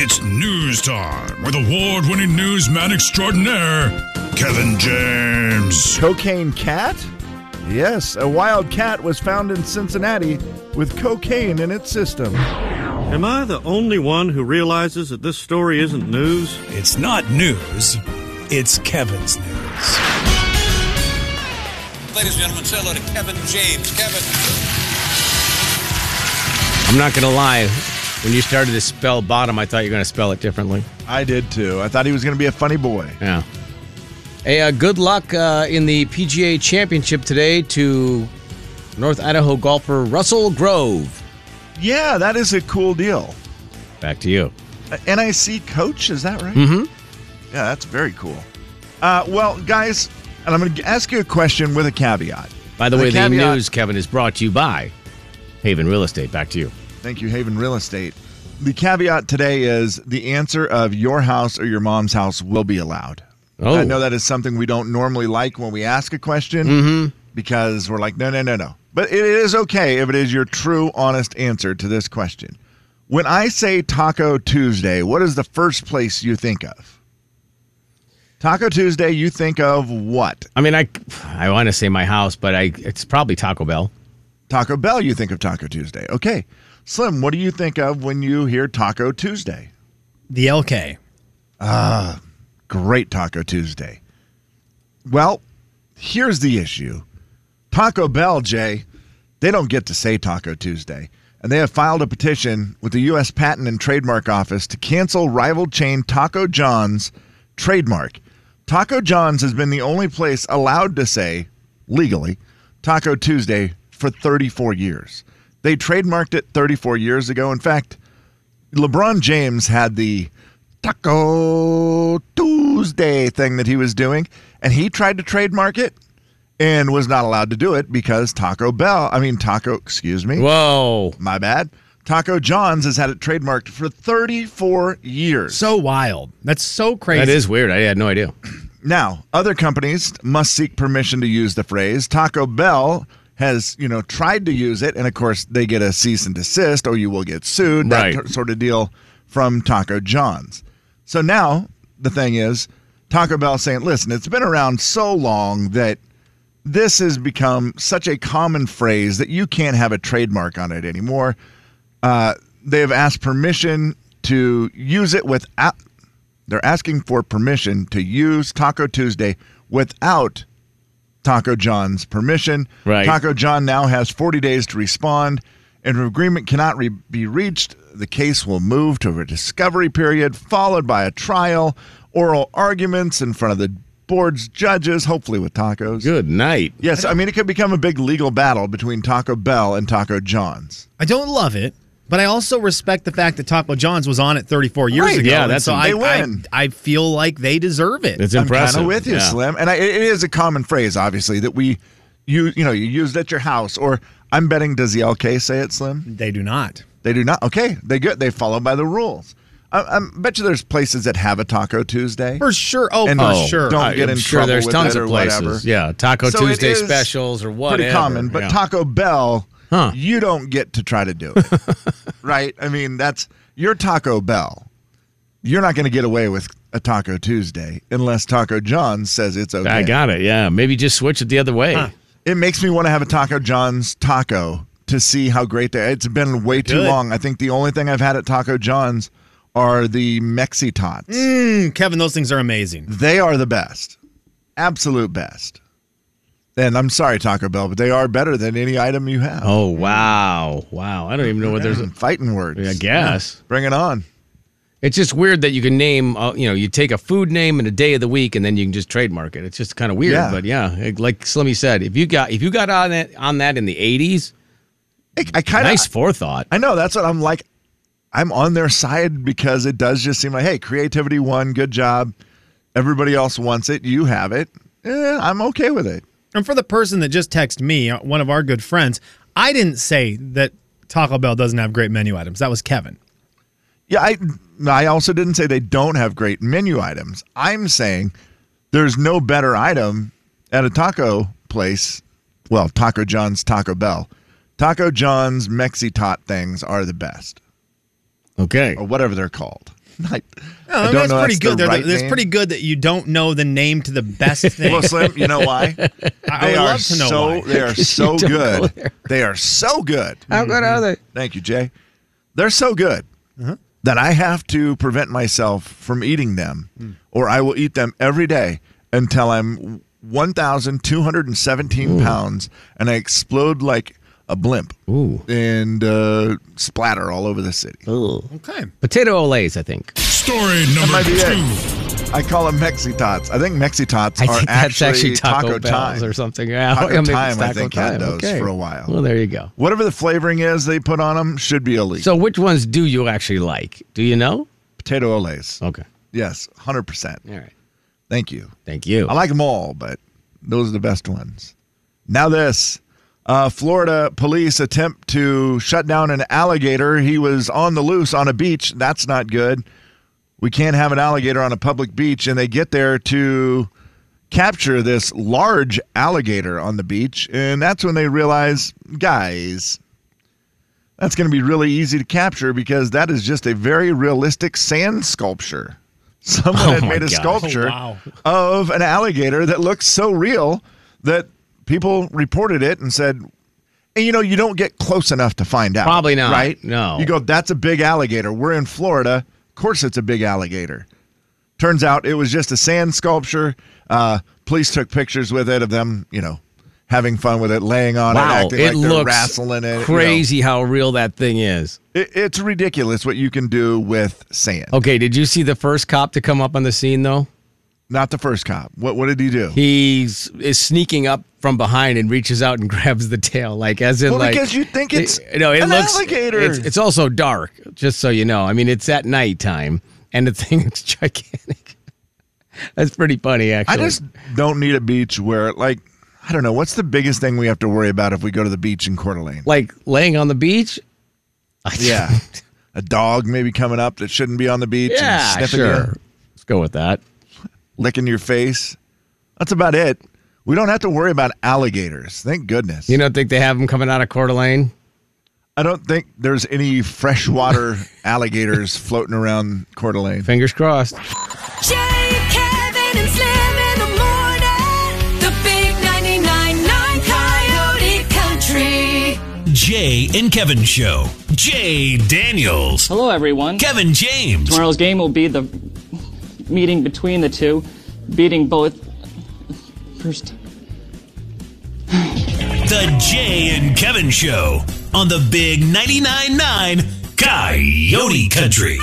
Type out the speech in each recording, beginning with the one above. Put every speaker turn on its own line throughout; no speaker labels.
It's news time with award winning newsman extraordinaire, Kevin James.
Cocaine cat? Yes, a wild cat was found in Cincinnati with cocaine in its system.
Am I the only one who realizes that this story isn't news?
It's not news, it's Kevin's news.
Ladies and gentlemen, say hello to Kevin James. Kevin.
I'm not going to lie. When you started to spell bottom, I thought you were going to spell it differently.
I did too. I thought he was going to be a funny boy.
Yeah. Hey, uh, good luck uh, in the PGA Championship today to North Idaho golfer Russell Grove.
Yeah, that is a cool deal.
Back to you.
A NIC coach, is that right? Mm-hmm. Yeah, that's very cool. Uh, well, guys, and I'm going to ask you a question with a caveat.
By the, way, the
caveat-
news, Kevin, is brought to you by Haven Real Estate. Back to you.
Thank you, Haven Real Estate. The caveat today is the answer of your house or your mom's house will be allowed.
Oh.
I know that is something we don't normally like when we ask a question because we're like, no, no, no, no. But it is okay if it is your true, honest answer to this question. When I say Taco Tuesday, what is the first place you think of? Taco Tuesday, you think of what?
I mean, I I want to say my house, but I it's probably Taco Bell.
Taco Bell, you think of Taco Tuesday. Okay. Slim, what do you think of when you hear Taco Tuesday? Ah,
The LK.
Great Taco Tuesday. Well, here's the issue Taco Bell, Jay, they don't get to say Taco Tuesday. And they have filed a petition with the U.S. Patent and Trademark Office to cancel rival chain Taco John's trademark. Taco John's has been the only place allowed to say, legally, Taco Tuesday for 34 years. They trademarked it 34 years ago. In fact, LeBron James had the Taco Tuesday thing that he was doing, and he tried to trademark it and was not allowed to do it because Taco Bell, I mean, Taco, excuse me,
Whoa.
my bad. Taco John's has had it trademarked for 34 years.
So wild. That's so crazy.
That is weird. I had no idea.
Now, other companies must seek permission to use the phrase. Taco Bell has, you know, tried to use it, and of course, they get a cease and desist, or you will get sued. That
Right.
t- sort of deal from Taco John's. So now the thing is, Taco Bell saying, "Listen, it's been around so long that this has become such a common phrase that you can't have a trademark on it anymore." Uh, they have asked permission to use it without. They're asking for permission to use Taco Tuesday without Taco John's permission.
Right.
Taco John now has 40 days to respond. And if agreement cannot re- be reached, the case will move to a discovery period followed by a trial, oral arguments in front of the board's judges, hopefully with tacos.
Good night.
Yes, I mean, it could become a big legal battle between Taco Bell and Taco John's.
I don't love it, but I also respect the fact that Taco John's was on it 34 years
Right,
ago.
yeah,
and
that's-
so I,
they
I-
win.
I, feel like they deserve it.
It's
I'm
impressive.
kind of with you,
Yeah.
Slim. And I, it it is a common phrase, obviously, that we you you know you used at your house. Or I'm betting does the LK say it, Slim?
they do not.
They do not. Okay, they good. They follow by the rules. I, I bet you there's places that have a Taco Tuesday.
For sure. Oh,
And
for
oh,
sure.
don't-
I'm
get in
sure
trouble
there's
with
tons
it or
of places.
whatever.
Yeah, Taco
So it
Tuesday
is
specials or whatever.
Pretty common, but
Yeah.
Taco Bell,
Huh.
you don't get to try to do it, right? I mean, that's your Taco Bell. You're not going to get away with a Taco Tuesday unless Taco John says it's okay.
I got it. Yeah, maybe just switch it the other way.
It makes me want to have a Taco John's taco to see how great they. It's been way too
Good.
long. I think the only thing I've had at Taco John's are the Mexi Tots.
Mm, Kevin, those things are amazing.
They are the best, absolute best. And I'm sorry, Taco Bell, but they are better than any item you have.
Oh wow, wow! I don't even know what there's.
Some fighting words.
I guess
Bring it on.
it's just weird that you can name. Uh, you know, you take a food name and a day of the week, and then you can just trademark it. It's just kind of weird,
Yeah.
but yeah, it- like Slimmy said, if you got if you got on that on that in the '80s,
I, I kind of.
nice forethought.
I know that's what I'm like. I'm on their side because it does just seem like, hey, creativity won. Good job. Everybody else wants it. You have it. Eh, I'm okay with it.
And for the person that just texted me, uh, one of our good friends, I didn't say that Taco Bell doesn't have great menu items. That was Kevin.
Yeah, I I also didn't say they don't have great menu items. I'm saying there's no better item at a taco place. Well, Taco John's, Taco Bell. Taco John's Mexi Tot things are the best,
Okay,
Oh, or whatever they're called. I, I
No, I mean,
don't
that's
know.
pretty
that's
good.
The
They're-
right
That's
name.
pretty good that you don't know the name to the best thing.
Well, Slim, you know why? They
I would
are
love to know
so
why.
they are so
don't go
good.
there.
They are so good.
How good are they?
Thank you, Jay. They're so good
Uh-huh.
that I have to prevent myself from eating them,
Hmm.
or I will eat them every day until I'm 1,217 pounds and I explode like a blimp
Ooh.
and uh, splatter all over the city.
Okay.
Potato Olays, I think.
Story
That
number
might be
two.
it. I call them Mexi Tots. I think Mexi Tots
I
are
think that's actually
Taco
Taco, Bell's
Time.
or something. Yeah,
Taco
maybe it's
Time, I
Taco
think, had
Time.
those
Okay.
for a while.
Well, there you go.
Whatever the flavoring is they put on them should be illegal.
So, which ones do you actually like? Do you know?
Potato Olays.
Okay.
Yes, 100%.
All right.
Thank you.
Thank you.
I like them all, but those are the best ones. Now, this uh, Florida police attempt to shut down an alligator. He was on the loose on a beach. That's not good. We can't have an alligator on a public beach. And they get there to capture this large alligator on the beach. And that's when they realize, guys, that's going to be really easy to capture because that is just a very realistic sand sculpture. Someone
Oh
had
my
made a
gosh.
sculpture
Oh, wow.
of an alligator that looks so real that people reported it and said, and you know, you don't get close enough to find out.
Probably not.
Right?
No.
You go, that's a big alligator. We're in Florida. Of course, it's a big alligator. Turns out it was just a sand sculpture. Uh, police took pictures with it of them, you know, having fun with it, laying on it,
wow,
acting
it
like they're
looks
wrestling it. you know.
crazy how real that thing is.
It, it's ridiculous what you can do with sand.
Okay, did you see the first cop to come up on the scene though?
Not the first cop. What what did he do?
He's is sneaking up from behind and reaches out and grabs the tail, like as in
Well,
like
because you think it's
it, no, it
an
looks
alligator.
It's, it's also dark, just so you know. I mean, it's at nighttime, and the thing is gigantic. That's pretty funny, actually.
I just don't need a beach where like I don't know what's the biggest thing we have to worry about if we go to the beach in Coeur d'Alene.
like laying on the beach. I-
Yeah, a dog maybe coming up that shouldn't be on the beach and
yeah,
sniffing
sure.
you,
Let's go with that.
licking your face. That's about it. We don't have to worry about alligators. Thank goodness.
You don't think they have them coming out of Coeur d'Alene?
I don't think there's any freshwater alligators floating around Coeur d'Alene.
Fingers crossed.
Jay, Kevin, and Slim in the morning. The big 99.9 Coyote Country.
Jay and Kevin Show. Jay Daniels.
Hello, everyone.
Kevin James.
Tomorrow's game will be the meeting between the two, beating both. First.
The Jay and Kevin Show on the Big 99.9 9 Coyote Country.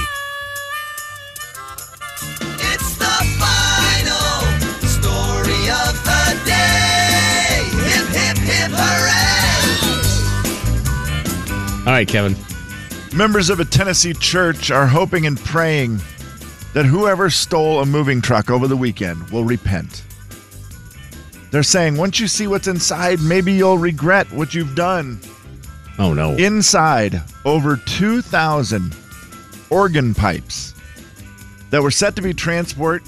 It's the final story of the day. Hip, hip, hip, hooray!
All right, Kevin.
Members of a Tennessee church are hoping and praying that whoever stole a moving truck over the weekend will repent. They're saying once you see what's inside, maybe you'll regret what you've done.
Oh no.
Inside, over 2,000 organ pipes that were set to be transported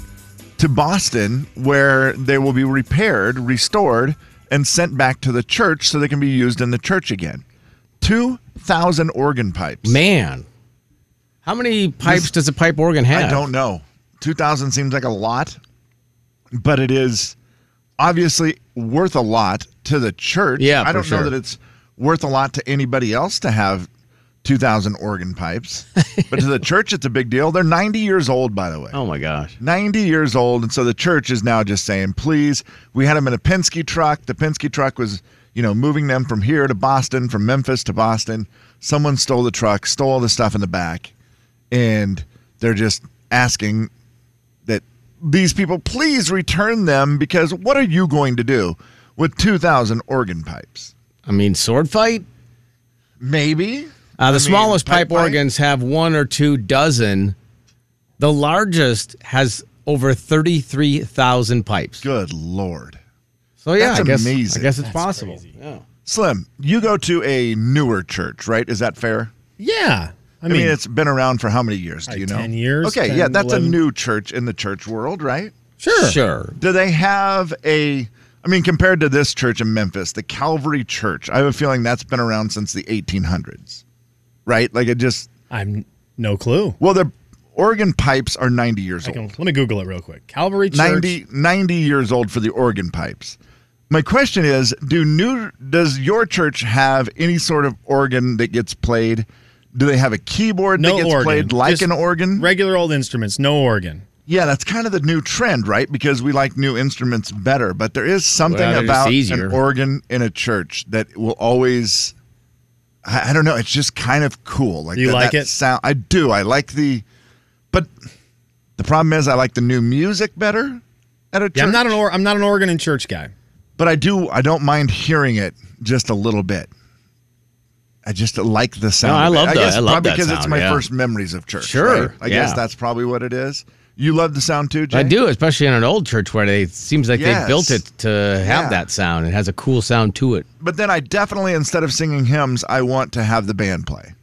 to Boston, where they will be repaired, restored, and sent back to the church so they can be used in the church again. 2,000 organ pipes.
Man, how many pipes
This-
does a pipe organ have?
I don't know. 2000 seems like a lot, but it is obviously worth a lot to the church.
Yeah,
I
for
don't
sure.
know that it's worth a lot to anybody else to have 2000 organ pipes, but to the church, it's a big deal. They're 90 years old, by the way.
Oh my gosh.
90 years old. And so the church is now just saying, please, we had them in a Penske truck. The Penske truck was, you know, moving them from here to Boston, from Memphis to Boston. Someone stole the truck, stole all the stuff in the back. And they're just asking that these people please return them because what are you going to do with 2,000 organ pipes?
I mean, sword fight.
Maybe.
Uh, the
I mean,
smallest pipe,
pipe fight?
organs have one or two dozen. The largest has over thirty-three thousand pipes.
Good Lord.
So yeah,
That's
I guess
amazing.
I guess it's possible. Yeah.
Slim, you go to a newer church, right? Is that fair?
Yeah. I
I mean,
mean,
it's been around for how many years? Do
Like
you know?
10 years,
Okay,
10,
yeah, that's
11.
a new church in the church world, right?
Sure. Sure.
Do they have a? I mean, compared to this church in Memphis, the Calvary Church, I have a feeling that's been around since the 1800s, right? Like it just
I'm no clue.
well, they're Oregon pipes are 90 years
I
old.
can, let me Google it real quick. Calvary Church.
90, 90 years old for the Oregon pipes. My question is, do new does your church have any sort of organ that gets played? Do they have a keyboard
no
that gets
organ.
played like
Just
an organ?
Regular old instruments, no organ.
yeah, that's kind of the new trend, right? Because we like new instruments better, but there is something
Well, they're just
about
easier.
an organ in a church that will always I, I don't know, it's just kind of cool. Like
You
that,
like
that
it?
sound I do. I like the but the problem is I like the new music better at a church.
Yeah, I'm not an or, I'm not an organ and church guy.
but I do I don't mind hearing it just a little bit. I just like the sound.
No, I
of it.
love that-
I guess
I love
probably
that
because it's
sound,
my
yeah.
first memories of church.
Sure,
right? I
yeah.
guess that's probably what it is. You love the sound too, Jay?
I do, especially in an old church where they it seems like
Yes.
they built it to have
Yeah.
that sound. It has a cool sound to it.
But then I definitely instead of singing hymns, I want to have the band play.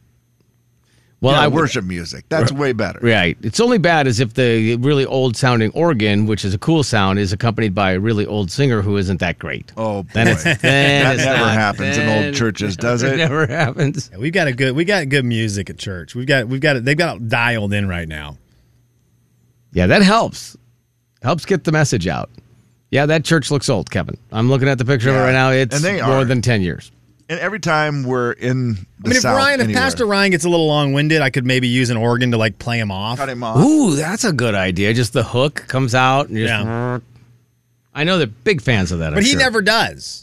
Well,
You know,
I would-
worship music. That's way better.
Right. It's only bad as if the really old sounding organ, which is a cool sound, is accompanied by a really old singer who isn't that great.
Oh boy.
Then it's, then
that
it's
never
not-
happens in
then
old churches, does
It
it?
never happens.
Yeah, we've got a good we got good music at church. We've got we've got it. They've got it dialed in right now.
Yeah, that helps. Helps get the message out. Yeah, that church looks old, Kevin. I'm looking at the picture of it
Yeah.
right now. It's
And they
more
are.
than 10 years.
And every time we're in the
I mean, if
South
Ryan, if
anywhere-
Pastor Ryan gets a little long winded, I could maybe use an organ to like play him off.
cut him off.
Ooh, that's a good idea. Just the hook comes out and just.
Yeah.
I know they're big fans of that.
But
I'm
he
sure.
never does.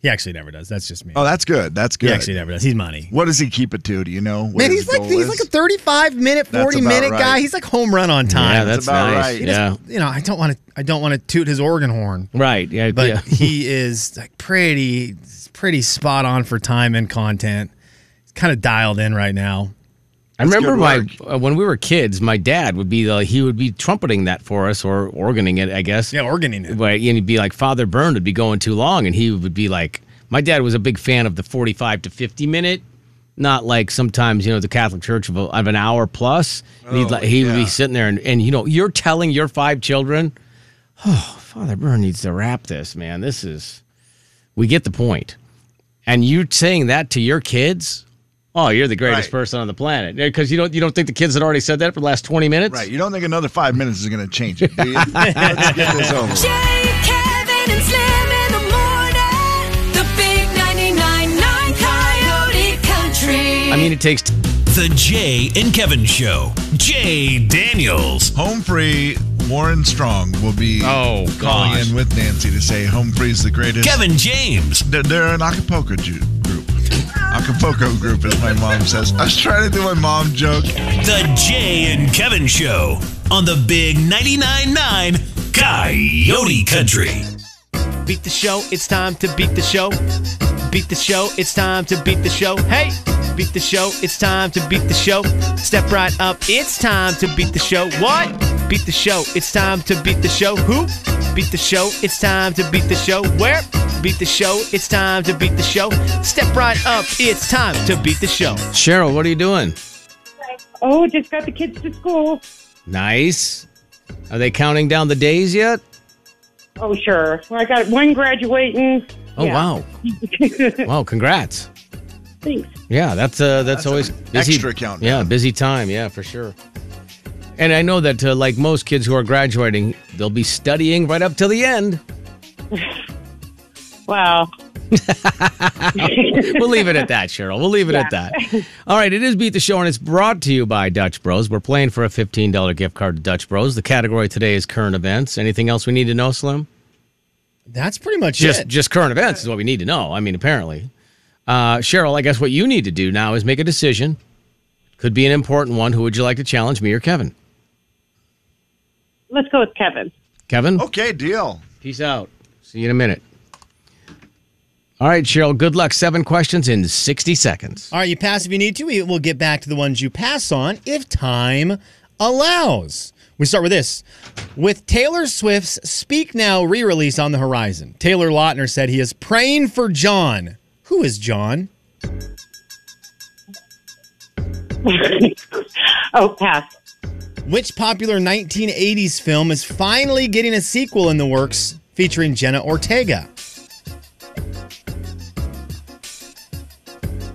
He actually never does. That's just me.
Oh, that's good. That's
he
good.
actually never does. He's money.
what does he keep it to? Do you know? what
Man,
his
he's like
goal
he's
is?
like a 35 minute,
That's
40
about
minute
right.
guy. He's like home run on
Yeah,
time.
that's
about
nice.
right. He
Yeah,
you know, I don't want to I don't want to toot his organ horn,
right. Yeah,
but
yeah.
he is like pretty pretty spot on for time and content. He's kind of dialed in right now.
I remember
good
my
work.
uh, when we were kids, my dad would be the he would be trumpeting that for us or organing it, I guess.
Yeah, organing it.
But and he'd be like Father Byrne would be going too long, and he would be like, my dad was a big fan of the forty-five to fifty minute, not like sometimes you know the Catholic Church of, a, of an hour plus. And he'd like he would be sitting there and, and you know you're telling your five children, oh Father Byrne needs to wrap this man. This is we get the point, and you saying that to your kids. Oh, you're the greatest
Right.
person on the planet because you don't you don't think the kids had already said that for the last twenty minutes,
Right. You don't think another five minutes is going to change it, do you? Let's get this over. with.
Jay, Kevin, and Slim in the morning. The big 99.9 Coyote Country.
I mean, it takes. T-
The Jay and Kevin Show. Jay Daniels.
Home free. Warren Strong will be
Oh,
calling
gosh.
in with Nancy to say Home Free's the greatest.
Kevin James.
They're, they're an Acapulco ju- group. Acapulco group, as my mom says. I was trying to do my mom joke.
The Jay and Kevin Show on the Big 99.9 9 Coyote Country.
Beat the show, it's time to beat the show. Beat the show, it's time to beat the show. Hey! Beat the show, it's time to beat the show. Step right up, it's time to beat the show. What? Beat the show, it's time to beat the show. Who? Beat the show, it's time to beat the show. Where? Beat the show, it's time to beat the show. Step right up, it's time to beat the show.
Cheryl, what are you doing?
Oh, just got the kids to school.
Nice. Are they counting down the days yet?
Oh, sure. Well, I got one graduating.
Oh
Yeah.
wow! wow, congrats.
Thanks.
Yeah, that's uh, that's, always busy.
extra count.
Yeah, busy time. Yeah, for sure. And I know that uh, like most kids who are graduating, they'll be studying right up till the end.
Wow.
We'll leave it at that, Cheryl. We'll leave it at that. All right, it is Beat the Show, and it's brought to you by Dutch Bros. We're playing for a fifteen dollar gift card to Dutch Bros. The category today is current events. Anything else we need to know, Slim?
That's pretty much
just
it.
just current events is what we need to know. I mean, apparently, uh, Cheryl, I guess what you need to do now is make a decision. Could be an important one. Who would you like to challenge, me or Kevin?
Let's go with Kevin.
Kevin,
Okay, deal.
peace out. See you in a minute. All right, Cheryl. Good luck. Seven questions in sixty seconds.
All right, you pass if you need to. We will get back to the ones you pass on if time allows. We start with this. With Taylor Swift's Speak Now re release on the horizon, Taylor Lautner said he is praying for John. Who is John?
oh, pass.
Which popular 1980s film is finally getting a sequel in the works featuring Jenna Ortega?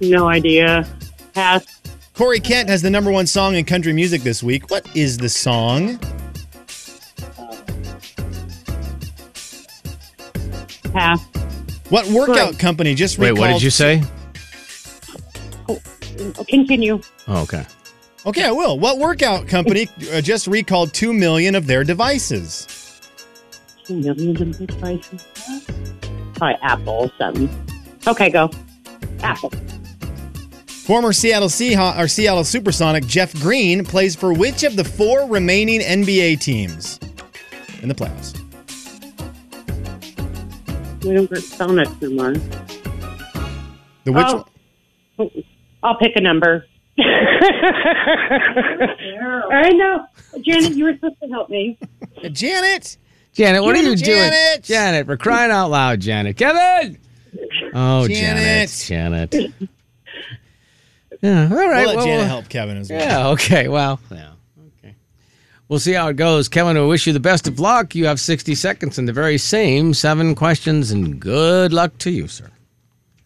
No idea. Pass.
Corey Kent has the number one song in country music this week. What is the song?
Pass.
What workout company just
Wait,
recalled?
what did you say?
Oh, Continue.
Oh, okay.
Okay, I will. What workout company uh, just recalled 2 million of their devices?
Two million of devices. Probably Apple or something. Okay, go. Apple.
Former Seattle Seahawk or Seattle Supersonic Jeff Green plays for which of the four remaining NBA teams in the playoffs?
We don't get Sonic anymore.
The which
Oh. I'll pick a number. I know. Janet, you were supposed to help me.
Uh, Janet?
Janet, what are you doing?
Janet!
Janet, we're crying out loud, Janet. Kevin! Oh, Janet. Janet. Yeah, all right.
We'll
well,
let Janet
we'll-
help Kevin as well.
Yeah, okay. Well, yeah. Okay. We'll see how it goes. Kevin, we wish you the best of luck. You have 60 seconds and the very same seven questions, and good luck to you, sir.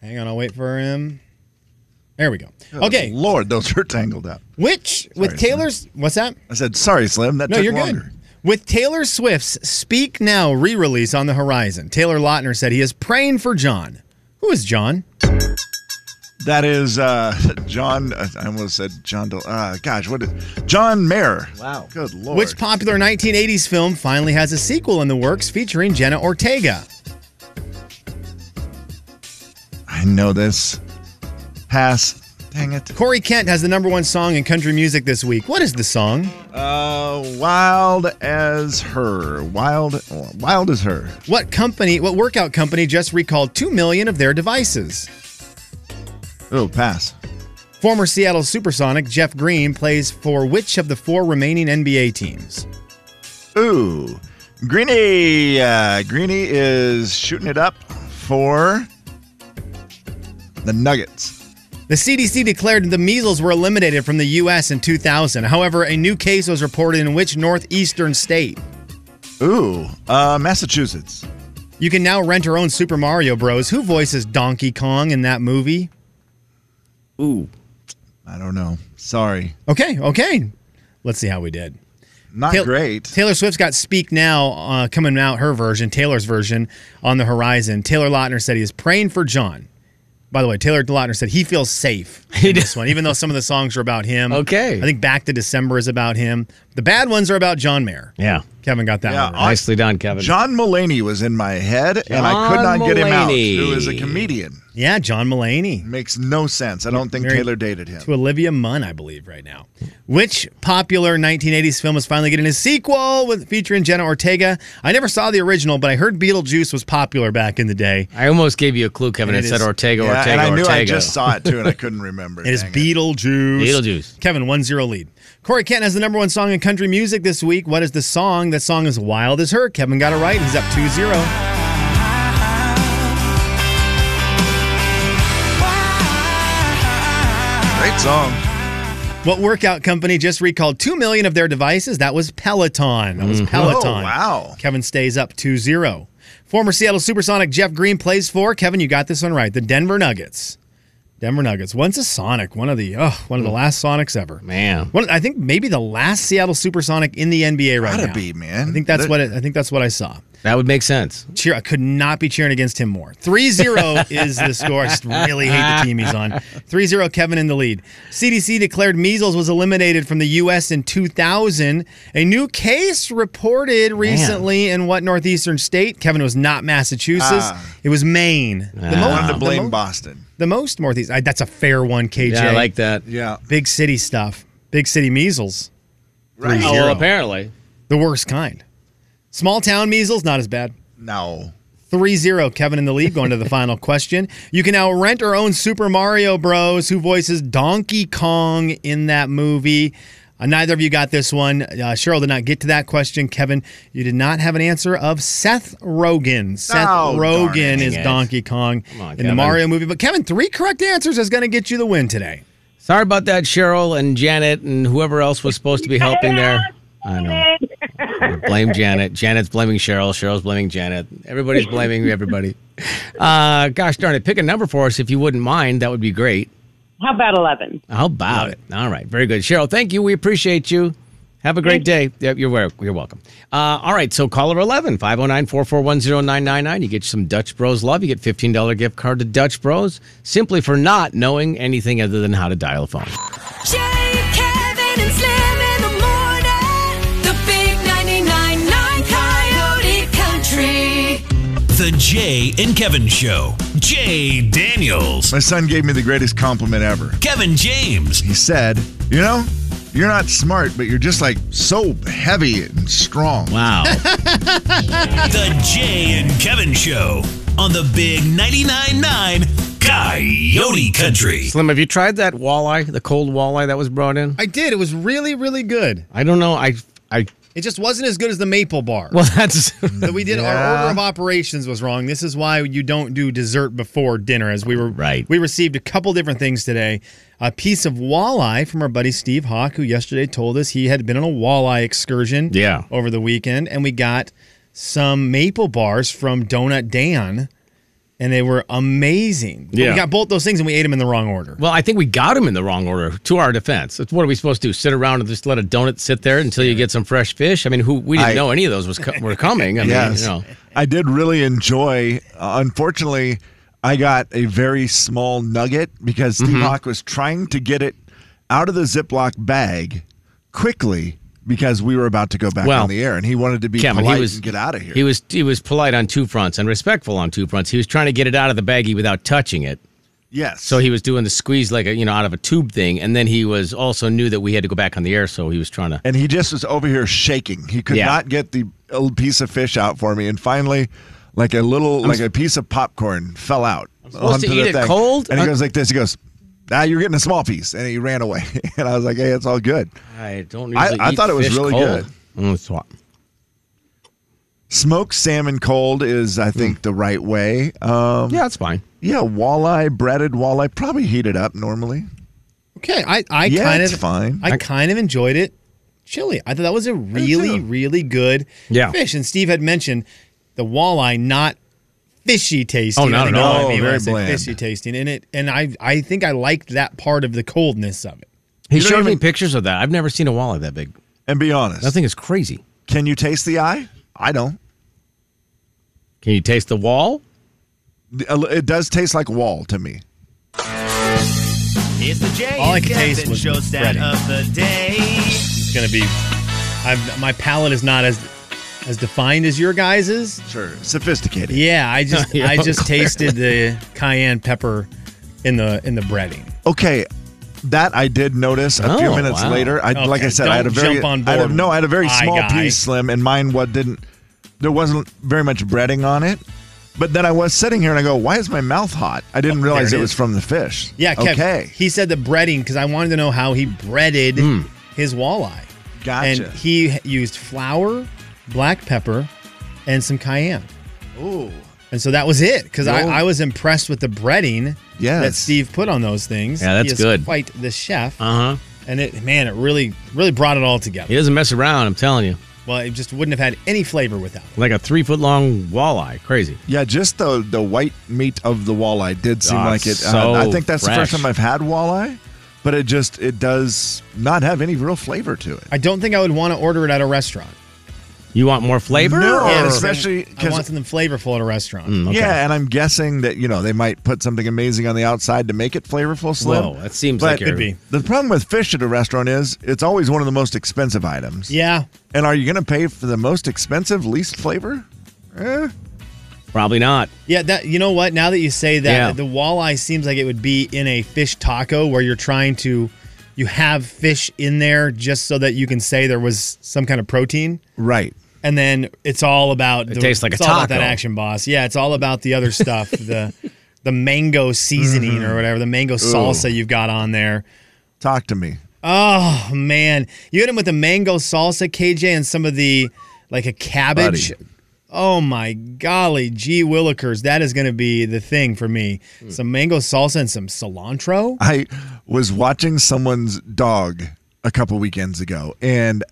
Hang on, I'll wait for him. There we go.
Oh,
Okay.
Lord, those are tangled up.
Which with
Sorry,
Taylor's what's that?
I said, sorry, Slim. That
no,
took
you're
longer.
good. With Taylor Swift's Speak Now re-release on the horizon, Taylor Lautner said he is praying for John. Who is John?
That is uh, John. I almost said John. Del, uh, gosh, what is John Mayer? Wow. Good lord.
Which popular 1980s film finally has a sequel in the works featuring Jenna Ortega?
I know this. Pass. Dang it.
Corey Kent has the number one song in country music this week. What is the song?
Uh, wild as her. Wild. Wild as her.
What company, what workout company just recalled 2 million of their devices?
Oh, pass.
Former Seattle Supersonic Jeff Green plays for which of the four remaining NBA teams?
Ooh, Greeny. Uh, Greeny is shooting it up for the Nuggets.
The CDC declared the measles were eliminated from the U.S. in 2000. However, a new case was reported in which northeastern state?
Ooh, uh, Massachusetts.
You can now rent your own Super Mario Bros. Who voices Donkey Kong in that movie?
Ooh, I don't know. Sorry,
Okay, okay. Let's see how we did.
not
Tail-
great.
Taylor Swift's got Speak Now uh, coming out, her version, Taylor's version, on the horizon. Taylor Lautner said he is praying for John. By the way, Taylor Lautner said he feels safe in this one, even though some of the songs are about him.
Okay.
I think Back to December is about him. The bad ones are about John Mayer.
Yeah.
Kevin got that
Yeah,
one. right.
Nicely done, Kevin.
John Mulaney was in my head, and I could
John
not get him out.
Mulaney.
Who is a comedian?
Yeah, John Mullaney
Makes no sense. I don't think
Very-
Taylor dated him.
to Olivia Munn, I believe, right now. Which popular 1980s film is finally getting a sequel with featuring Jenna Ortega? I never saw the original, but I heard Beetlejuice was popular back in the day.
I almost gave you a clue, Kevin.
It
It, said
is-
Ortega,
Yeah,
Ortega,
and I knew
Ortega.
I just saw it too, and I couldn't remember.
It is
Dang
Beetlejuice.
Beetlejuice.
Kevin, 1 0 lead. Corey Kent has the number one song in country music this week. What is the song? That song is Wild as Her. Kevin got it right. He's up 2 0.
Great song.
What workout company just recalled 2 million of their devices? That was Peloton. That was
Oh
Peloton.
wow.
Kevin stays up 2 0. Former Seattle Supersonic Jeff Green plays for, Kevin, you got this one right, the Denver Nuggets. Denver Nuggets. One's a Sonic, one of the oh, one of
Mm.
the last Sonics ever.
Man.
One, I think maybe the last Seattle Supersonic in the NBA right
Gotta
now.
be, man.
I think that's
They're-
what it, I think that's what I saw.
That would make sense.
Cheer! I could not be cheering against him more. 3-0 is the score. I just really hate the team he's on. 3-0 Kevin in the lead. CDC declared measles was eliminated from the US in 2000. A new case reported recently in what northeastern state? Kevin it was not Massachusetts.
Ah.
It was Maine. The,
I wanted to blame
mo-
Boston.
the most northeast. I, that's a fair one, KJ.
Yeah, I like that.
Yeah.
big city stuff. Big city measles.
Right.
Oh, well, apparently.
The worst kind. Small town measles not as bad.
No.
3 0. Kevin in the lead going to the final question. You can now rent or own Super Mario Bros. Who voices Donkey Kong in that movie? Uh, neither of you got this one. Uh, Cheryl did not get to that question. Kevin, you did not have an answer of Seth Rogen. Seth
Oh, darn
Rogen
it.
is
Dang it.
Donkey Kong
on,
in the
Kevin.
Mario movie. But Kevin, three correct answers is going to get you the win today.
Sorry about that, Cheryl and Janet and whoever else was supposed to be helping there. I know. Blame Janet. Janet's blaming Cheryl. Cheryl's blaming Janet. Everybody's blaming everybody. Uh, gosh darn it. Pick a number for us if you wouldn't mind. That would be great.
How about 11?
How about it? All right, very good, Cheryl. Thank you. We appreciate you. Have a great day. Yep, you're wel- you're welcome. Uh, all right, so caller oh 11 509-441-0999. You get some Dutch Bros love. You get $15 gift card to Dutch Bros simply for not knowing anything other than how to dial a phone.
Jay, Kevin, and Slim in the morning. The big 99.9 Coyote Country.
The Jay and Kevin Show. Jay Daniels.
My son gave me the greatest compliment ever.
Kevin James.
He said, You know, you're not smart, but you're just like so heavy and strong.
Wow.
the Jay and Kevin Show on the Big 99.9 9 Coyote Country.
Slim, have you tried that walleye, the cold walleye that was brought in?
I did. It was really, really good.
I don't know. I I
It just wasn't as good as the maple bar.
well, that's
that we did our
Yeah.
order of operations was wrong. This is why you don't do dessert before dinner. As we were
right,
we received a couple different things today. A piece of walleye from our buddy Steve Hawk, who yesterday told us he had been on a walleye excursion.
Yeah.
over the weekend, and we got some maple bars from Donut Dan, and they were amazing. But
Yeah.
we got both those things, and we ate them in the wrong order.
Well, I think we got him in the wrong order. To our defense, what are we supposed to do? Sit around and just let a donut sit there until you get some fresh fish? I mean, who we didn't
I-
know any of those was co- were coming. I mean,
yes.
you know.
I did really enjoy. Uh, unfortunately, I got a very small nugget because Steve
Mhm.
Hawk was trying to get it out of the Ziploc bag quickly because we were about to go back
Well,
on the air and he wanted to be
Kevin,
polite
he was
and get out of here.
He was he was polite on two fronts and respectful on two fronts. He was trying to get it out of the baggie without touching it.
yes.
So he was doing the squeeze like a you know out of a tube thing, and then he was also knew that we had to go back on the air, so he was trying to.
and he just was over here shaking. He could
Yeah.
not get the old piece of fish out for me, and finally, like a little,
I'm
like
s-
a piece of popcorn fell out
supposed
onto
to
the
eat it cold?
And he
Uh,
goes like this. He goes, "Ah, you're getting a small piece," and he ran away. And I was like, "Hey, it's all good."
I don't.
I-
usually
I
eat
thought it was
fish
really
cold.
good.
Mm, it's hot.
Smoked salmon cold is,
Hmm.
I think, the right way. Um,
yeah, that's fine.
Yeah, walleye, breaded walleye, probably heated up normally.
Okay, I I
Yeah,
kind
it's
of
fine.
I kind of enjoyed it. Chili. I thought that was a really really good
Yeah.
fish. And Steve had mentioned the walleye not fishy tasting.
Oh, not
I think
at
that might
all.
be when I
Very
said
bland.
Fishy tasting, and it and I I think I liked that part of the coldness of it.
He
You don't
showed me
even-
pictures of that. I've never seen a walleye that big.
And be honest,
that thing is crazy.
Can you taste the eye? I don't.
Can you taste the wall?
It does taste like wall to me.
It's the Jay
All I
and
could
Kevin
taste was
Show stat
breading.
of the day.
It's gonna be. I've my palate is not as as defined as your guys's.
Sure, sophisticated.
Yeah, I just
Yeah,
I just
clearly.
tasted the cayenne pepper in the in the breading.
Okay, that I did notice a few
Oh,
minutes
wow.
later. I, Like I
Okay,
said, I had a
don't
very
jump on
I had a-
board,
no, I had a very
eye
small
guy.
piece, Slim, and mine what didn't. There wasn't very much breading on it. But then I was sitting here and I go, why is my mouth hot? I didn't realize
Oh, there
it,
it
was
is.
from the fish.
Yeah, Kev,
okay. Hmm.
He said the breading because I wanted to know how he breaded his walleye.
Gotcha.
And he h- used flour, black pepper, and some cayenne.
Ooh.
And so that was it because
Whoa.
I, I was impressed with the breading
Yes.
that Steve put on those things.
Yeah, that's
He is
good.
Quite the chef.
Uh huh.
And it, man, it really, really brought it all together.
He doesn't mess around. I'm telling you,
Well, it just wouldn't have had any flavor without. it.
like a three foot long walleye, crazy.
Yeah, just the the white meat of the walleye did seem
Ah,
like it. uh,
so
I think that's the first
fresh.
time I've had walleye, but it just it does not have any real flavor to it.
I don't think I would want to order it at a restaurant.
You want more flavor?
No,
or-
and especially
I want
because
something flavorful at a restaurant.
Hmm,
Yeah, and I'm guessing that you know they might put something amazing on the outside to make it flavorful. Slim,
Whoa, that seems
But
like you're- Could be.
The problem with fish at a restaurant is it's always one of the most expensive items.
Yeah,
and are you going to pay for the most expensive, least flavor? Eh.
Probably not.
Yeah, that you know what? Now that you say that,
Yeah.
the walleye seems like it would be in a fish taco where you're trying to you have fish in there just so that you can say there was some kind of protein.
Right.
And then it's all about
It tastes like
it's
a
all about that
taco.
action boss. Yeah, it's all about the other stuff, the the mango seasoning or
Mm-hmm.
whatever, the mango salsa you've got on there.
Talk to me.
Oh man, you hit him with the mango salsa, KJ, and some of the like a cabbage.
Buddy.
Oh my golly, gee willikers, that is going to be the thing for me.
Hmm.
Some mango salsa and some cilantro.
I was watching someone's dog a couple weekends ago, and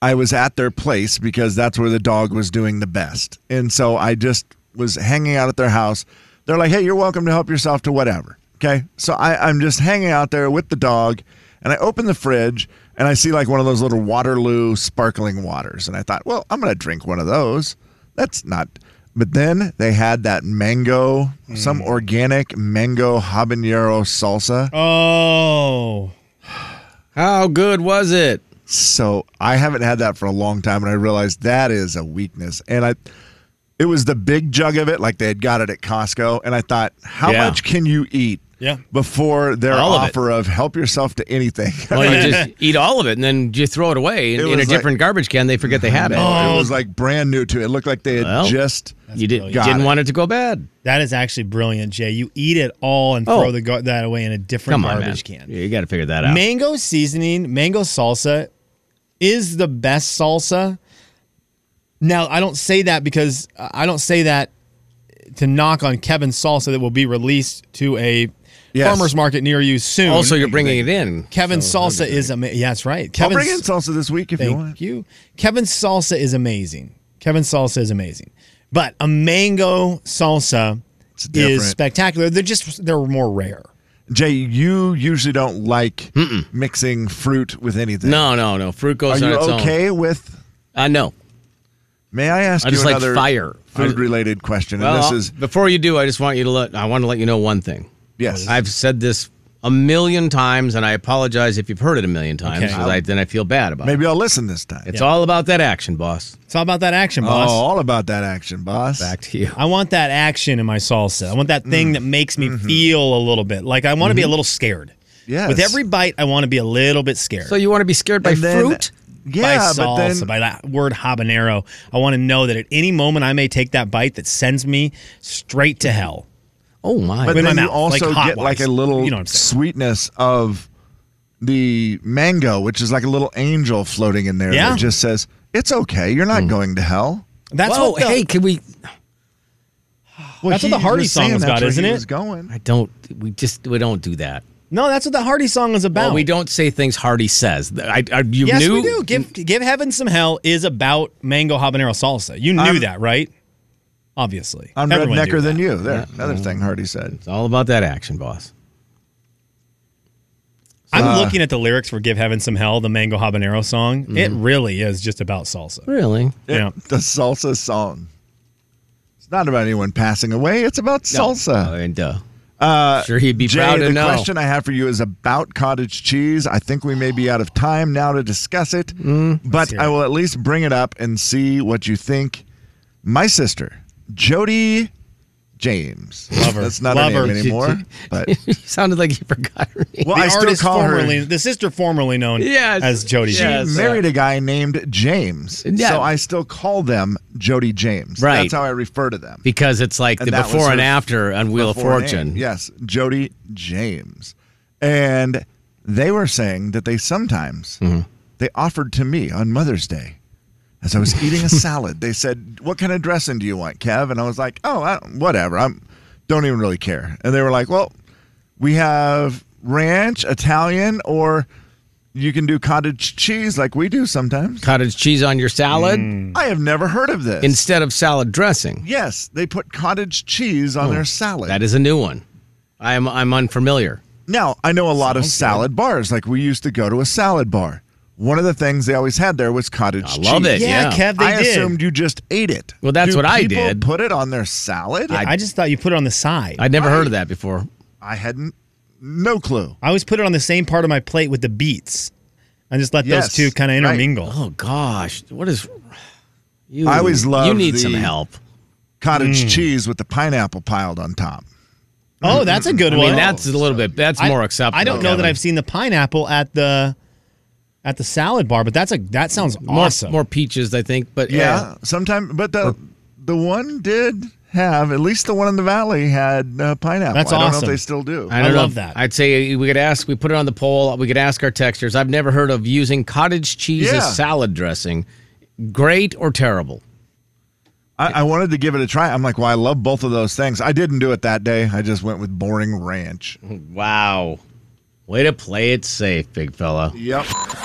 I was at their place because that's where the dog was doing the best. And so I just was hanging out at their house. They're like, hey, you're welcome to help yourself to whatever. Okay. So I, I'm just hanging out there with the dog and I open the fridge and I see like one of those little Waterloo sparkling waters. And I thought, well, I'm going to drink one of those. That's not. But then they had that mango, some organic mango habanero salsa.
Oh.
How good was it?
So I haven't had that for a long time, and I realized that is a weakness. And I, it was the big jug of it, like they had got it at Costco. And I thought, how
Yeah.
much can you eat?
Yeah.
Before their
All of it.
offer of, help yourself to anything.
Well, you just eat all of it and then you throw it away in,
It
in a
was like- Oh,
different garbage can. They forget they had it.
it was like brand new to it. It looked like they had
Well,
just
you did,
got
didn't want it to go bad.
That is actually brilliant, Jay. You eat it all and
Oh.
throw the gar- that away in a different
Come on,
garbage
man.
can.
You got to figure that out.
Mango seasoning, mango salsa is the best salsa. Now, I don't say that because uh, I don't say that to knock on Kevin's salsa that will be released to a
Yes.
farmer's market near you soon.
also, you're bringing it in.
Kevin's salsa is amazing. Yeah, that's right.
I'll
Kevin's,
bring in salsa this week if you
Thank
want.
you. Kevin's salsa is amazing. Kevin's salsa is amazing. But a mango salsa
different.
is spectacular. They're just they're more rare.
Jay, you usually don't like mixing fruit with anything.
No, no, no. Fruit
Are
goes on
you
its own. Uh,
okay with?
I know.
May I ask
I
you
just like
another
fire. I-
food-related question?
Well,
and this is
before you do, I just want you to let I want to let you know one thing.
yes.
I've said this a million times, and I apologize if you've heard it a million times.
Okay.
'cause I, then I feel bad about it.
Maybe I'll listen this time.
It's all about that action, boss.
It's all about that action,
Oh,
boss.
all about that action, boss.
Back to you.
I want that action in my salsa. I want that thing that makes me feel a little bit. Like I want to be a little scared.
Mm-hmm. Yes.
With every bite, I want to be a little bit scared.
So you want to be scared by
And then-
fruit?
yeah,
by
but
salsa,
then
by that word habanero. I want to know that at any moment I may take that bite that sends me straight to hell.
Oh my!
but then
with my
you
mouth, like
also
hot
get like
ones.
a little
You know what I'm saying.
sweetness of the mango, which is like a little angel floating in there.
Yeah. Hmm.
that just says it's okay. You're not going to hell.
That's
Whoa,
what the,
hey, can we?
Well,
That's what
he
the Hardy
was
song
saying
was
that's
about,
where
isn't
he
it?
Was going.
I don't. We just we don't do that.
No, that's what the Hardy song is about.
Well, we don't say things Hardy says. I, I you
Yes,
knew.
we do. Give Give Heaven Some Hell is about mango habanero salsa. You knew
I'm-
that, right? Obviously.
I'm
Everyone knew
rednecker
that. Mm-hmm.
than you. There, another thing Hardy said.
It's all about that action, boss.
I'm
Uh,
looking at the lyrics for Give Heaven Some Hell, the mango habanero song.
Mm-hmm.
It really is just about salsa.
Really?
Yeah.
The salsa song. It's not about anyone passing away. It's about salsa.
Oh, and uh, uh, sure he'd be
Jay,
proud to
the
know.
question I have for you is about cottage cheese. I think we may be out of time now to discuss it, but
hear
I will at least bring it up and see what you think. My sister, Jody James.
Love her.
That's not
Love
her
her.
name anymore. But
you sounded like you forgot her name.
well,
the
I still
artist
call
formerly,
her.
the sister formerly known
Yes.
as Jody.
She-
James.
Yes.
Married a guy named James,
Yeah.
so I still call them Jody James.
Right.
That's how I refer to them.
Because it's like
And
the
that was
before and
her
after on Wheel of
before
Fortune.
name. Yes, Jody James. And they were saying that they sometimes
Mm-hmm.
they offered to me on Mother's Day as I was eating a salad. They said, "What kind of dressing do you want, Kev?" And I was like, "Oh, I, whatever. I'm don't even really care." And they were like, "Well, we have ranch, Italian, or you can do cottage cheese like we do sometimes."
Cottage cheese on your salad
I have never heard of this.
instead of salad dressing.
yes, they put cottage cheese on their salad.
Oh, That is a new one. I'm I'm unfamiliar.
Now, I know a lot of salad bars. Like we used to go to a salad bar. One of the things they always had there was cottage
I
cheese.
love it.
Yeah,
Yeah.
Kev, they
I
did.
assumed you just ate it.
Well, that's
Do
what I
people
did.
Put it on their salad.
I,
I,
just thought you put it on the side. I,
I'd never heard of that before.
I hadn't no clue.
always put it on the same part of my plate with the beets. I just let
Yes,
those two kind of
right.
intermingle.
Oh gosh, what is? You,
I always
You
loved
need
the-
some help. Hmm.
Cottage cheese with the pineapple piled on top.
Oh, that's a good
I
one.
mean, that's a little bit. That's
I-
more acceptable.
I don't know
Kevin.
that I've seen the pineapple at the at the salad bar, but that's a that sounds
more,
awesome.
more peaches. I think, but
Yeah, sometimes but the the one did have at least the one in the valley had uh, pineapple.
That's
I don't know
awesome.
if they still do.
I, don't
I
know.
love that.
I'd say we could ask. We put it on the poll. We could ask our texters. I've never heard of using cottage cheese
Yeah.
as salad dressing. Great or terrible?
I, I wanted to give it a try. I'm like, well, I love both of those things. I didn't do it that day. I just went with
Mm-hmm.
boring ranch.
Wow, way to play it safe, big fella.
Yep.